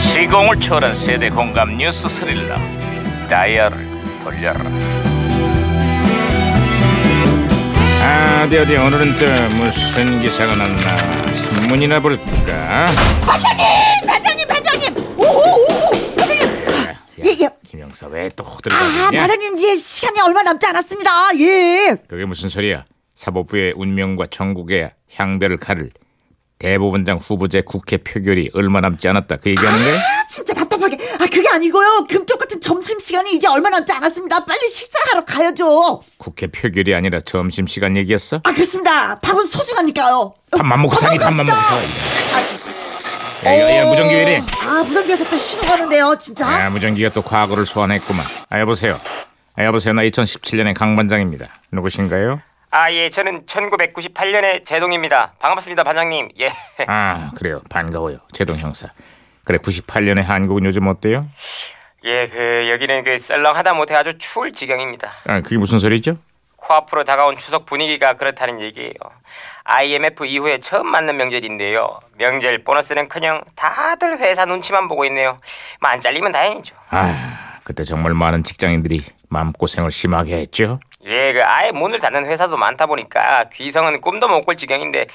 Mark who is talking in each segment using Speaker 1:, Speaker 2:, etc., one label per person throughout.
Speaker 1: 시공을 초월한 세대 공감 뉴스 스릴러 다이얼을 돌려라 아, 어디 어디 오늘은 또 무슨 기사가 났나 신문이나 볼까
Speaker 2: 반장님, 반장님! 오호오호! 반장님! 예, 예.
Speaker 1: 김영사 왜 또
Speaker 2: 아,
Speaker 1: 호들갑이냐
Speaker 2: 반장님, 이제 시간이 얼마 남지 않았습니다. 예.
Speaker 1: 그게 무슨 소리야 사법부의 운명과 전국의 향배를 가를 대법원장 후보제 국회 표결이 얼마 남지 않았다 그 얘기하는 거야?
Speaker 2: 아, 진짜 답답하게. 아, 그게 아니고요. 금쪽 같은 점심시간이 이제 얼마 남지 않았습니다. 빨리 식사하러 가야죠.
Speaker 1: 국회 표결이 아니라 점심시간 얘기였어?
Speaker 2: 아, 그렇습니다. 밥은 소중하니까요.
Speaker 1: 밥만 먹고 사니 밥만 먹고
Speaker 2: 먹읍시다.
Speaker 1: 사 야, 야, 야,
Speaker 2: 어.
Speaker 1: 예, 무전기 왜 이래?
Speaker 2: 아, 무전기에서 또 신호가 오는데요, 진짜.
Speaker 1: 아, 무전기가 또 과거를 소환했구만. 아, 여보세요. 아, 여보세요. 나 2017년의 강반장입니다. 누구신가요?
Speaker 3: 아, 예, 저는 1998년의 제동입니다. 반갑습니다, 반장님. 예.
Speaker 1: 아, 그래요. 반가워요. 제동 형사. 그래, 98년의 한국은 요즘 어때요?
Speaker 3: 예, 그, 여기는 그 썰렁하다 못해 아주 추울 지경입니다.
Speaker 1: 아, 그게 무슨 소리죠?
Speaker 3: 코앞으로 다가온 추석 분위기가 그렇다는 얘기예요. IMF 이후에 처음 맞는 명절인데요. 명절 보너스는 커녕 다들 회사 눈치만 보고 있네요. 뭐안 잘리면 다행이죠.
Speaker 1: 아, 그때 정말 많은 직장인들이 마음고생을 심하게 했죠.
Speaker 3: 예, 그 아예 문을 닫는 회사도 많다 보니까 귀성은 꿈도 못 꿀 지경인데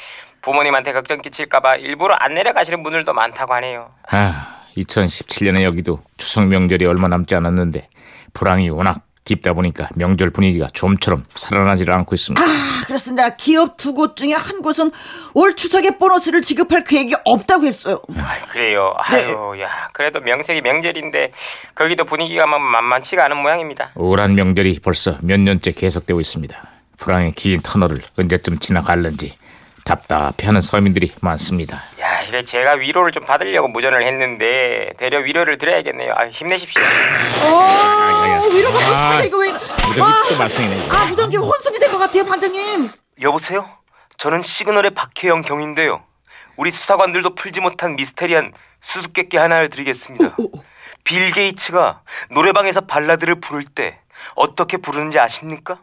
Speaker 3: 부모님한테 걱정 끼칠까봐 일부러 안 내려가시는 분들도 많다고 하네요.
Speaker 1: 아, 2017년에 여기도 추석 명절이 얼마 남지 않았는데 불황이 워낙 깊다 보니까 명절 분위기가 좀처럼 살아나질 않고 있습니다.
Speaker 2: 아, 그렇습니다. 기업 두 곳 중에 한 곳은 올 추석에 보너스를 지급할 계획이 없다고 했어요.
Speaker 3: 그래요. 아유, 야, 그래도 명색이 명절인데 거기도 분위기가 막 만만치가 않은 모양입니다.
Speaker 1: 우울한 명절이 벌써 몇 년째 계속되고 있습니다. 불황의 긴 터널을 언제쯤 지나갈는지 답답해하는 서민들이 많습니다.
Speaker 3: 야, 이래 제가 위로를 좀 받으려고 무전을 했는데 되려 위로를 드려야겠네요. 아, 힘내십시오.
Speaker 2: 어, 위로받고
Speaker 1: 아,
Speaker 2: 싶은데 이거 왜?
Speaker 1: 무전기
Speaker 2: 와.
Speaker 1: 또 말썽이네. 뭐.
Speaker 2: 아, 무전기 혼선이 된 것 같아요, 반장님.
Speaker 3: 여보세요? 저는 시그널의 박혜영 경인데요. 우리 수사관들도 풀지 못한 미스테리한 수수께끼 하나를
Speaker 1: 어,
Speaker 3: 드리겠습니다. 빌 게이츠가 노래방에서 발라드를 부를 때 어떻게 부르는지 아십니까?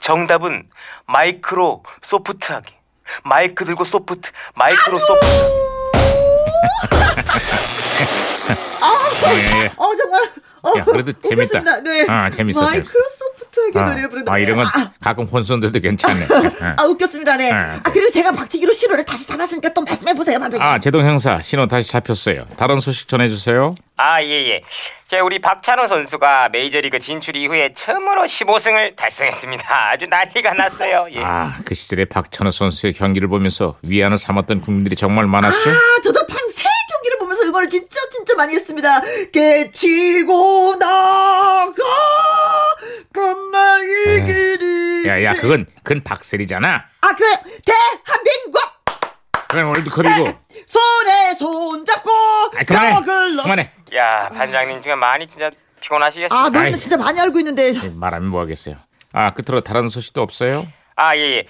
Speaker 3: 정답은 마이크로 소프트하게. 마이크 들고 소프트, 마이크로 소프트.
Speaker 1: 예, 예.
Speaker 2: 어 정말. 어,
Speaker 1: 야, 그래도 재밌다.
Speaker 2: 웃겼습니다. 네.
Speaker 1: 아, 재밌어,
Speaker 2: 마이크로소프트하게
Speaker 1: 아,
Speaker 2: 노래를 부른다.
Speaker 1: 아, 이런 건
Speaker 2: 아,
Speaker 1: 가끔 혼선돼도 괜찮네.
Speaker 2: 아, 아, 웃겼습니다, 네.
Speaker 1: 아,
Speaker 2: 아, 그리고 제가 박치기로 신호를 다시 잡았으니까 또 말씀해 보세요, 반장님.
Speaker 1: 아, 제동 형사 신호 다시 잡혔어요. 다른 소식 전해주세요.
Speaker 3: 아, 예, 예. 자, 우리 박찬호 선수가 메이저리그 진출 이후에 처음으로 15승을 달성했습니다. 아주 난리가 났어요. 예.
Speaker 1: 아, 그 시절에 박찬호 선수의 경기를 보면서 위안을 삼았던 국민들이 정말 많았죠.
Speaker 2: 아, 저도 밤새 경기를 보면서 응원을 진짜 진짜 많이 했습니다. 깨치고 나가 끝날 이 길이.
Speaker 1: 네. 야, 야, 그건 그건 박셀이잖아.
Speaker 2: 아, 그래 대한민국
Speaker 1: 그건 월드컵이고.
Speaker 2: 손에 손 잡고
Speaker 1: 아, 그만해.
Speaker 2: 벽을 넘-
Speaker 1: 그만해.
Speaker 3: 야, 반장님 지금 많이 진짜 피곤하시겠어요.
Speaker 2: 아, 노래는
Speaker 1: 아이. 네.
Speaker 2: 진짜 많이 알고 있는데.
Speaker 1: 말하면 뭐하겠어요. 아 끝으로 다른 소식도 없어요?
Speaker 3: 아, 예, 예.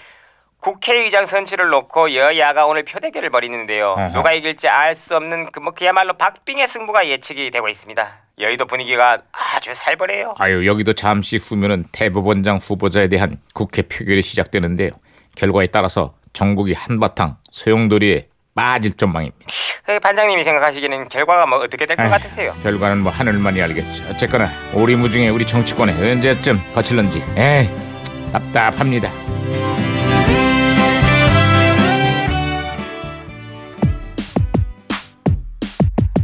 Speaker 3: 국회의장 선출을 놓고 여야가 오늘 표대결을 벌이는데요.
Speaker 1: 어허.
Speaker 3: 누가 이길지 알 수 없는 그 뭐 그야말로 박빙의 승부가 예측이 되고 있습니다. 여의도 분위기가 아주 살벌해요.
Speaker 1: 아유 여기도 잠시 후면은 대법원장 후보자에 대한 국회 표결이 시작되는데요. 결과에 따라서 전국이 한바탕 소용돌이에 빠질 전망입니다.
Speaker 3: 그 반장님이 생각하시기에는 결과가 뭐 어떻게 될 것 같으세요?
Speaker 1: 에휴, 결과는 뭐 하늘만이 알겠죠. 어쨌거나 오리무중에 우리 정치권에 언제쯤 거칠는지 에이 답답합니다.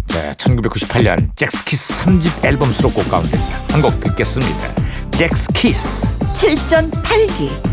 Speaker 1: 자, 1998년 잭스키스 3집 앨범 수록곡 가운데서 한 곡 듣겠습니다. 잭스키스.
Speaker 2: 7전 8기